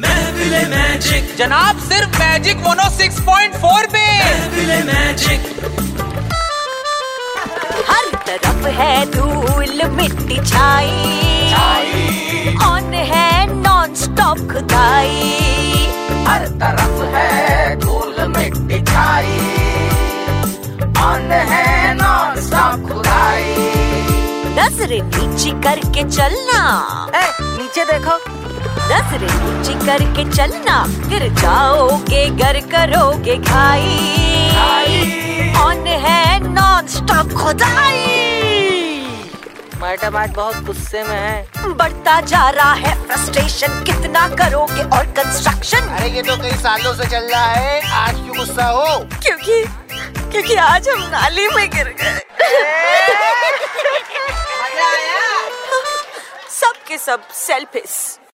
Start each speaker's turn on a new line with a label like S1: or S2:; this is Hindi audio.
S1: महफिले मैजिक
S2: जनाब सिर्फ मैजिक मोनो 6.4 पे
S1: महफिले मैजिक
S3: हर तरफ है धूल मिट्टी छाई ऑन है नॉन स्टॉप खुदाई
S4: हर तरफ है धूल मिट्टी छाई ऑन है नॉन स्टॉप खुदाई
S3: नजरे नीची करके चलना
S4: ए, नीचे देखो
S3: नजरे नीची करके चलना गिर जाओगे गर करोगे घाई ऑन है नॉन स्टॉप खुदाई
S4: मैडम आज बहुत गुस्से में है
S3: बढ़ता जा रहा है फ्रस्ट्रेशन कितना करोगे और कंस्ट्रक्शन
S5: अरे ये तो कई सालों से चल रहा है आज क्यों गुस्सा हो
S3: क्योंकि क्योंकि आज हम नाली में गिर गए सब के सब सेल्फिश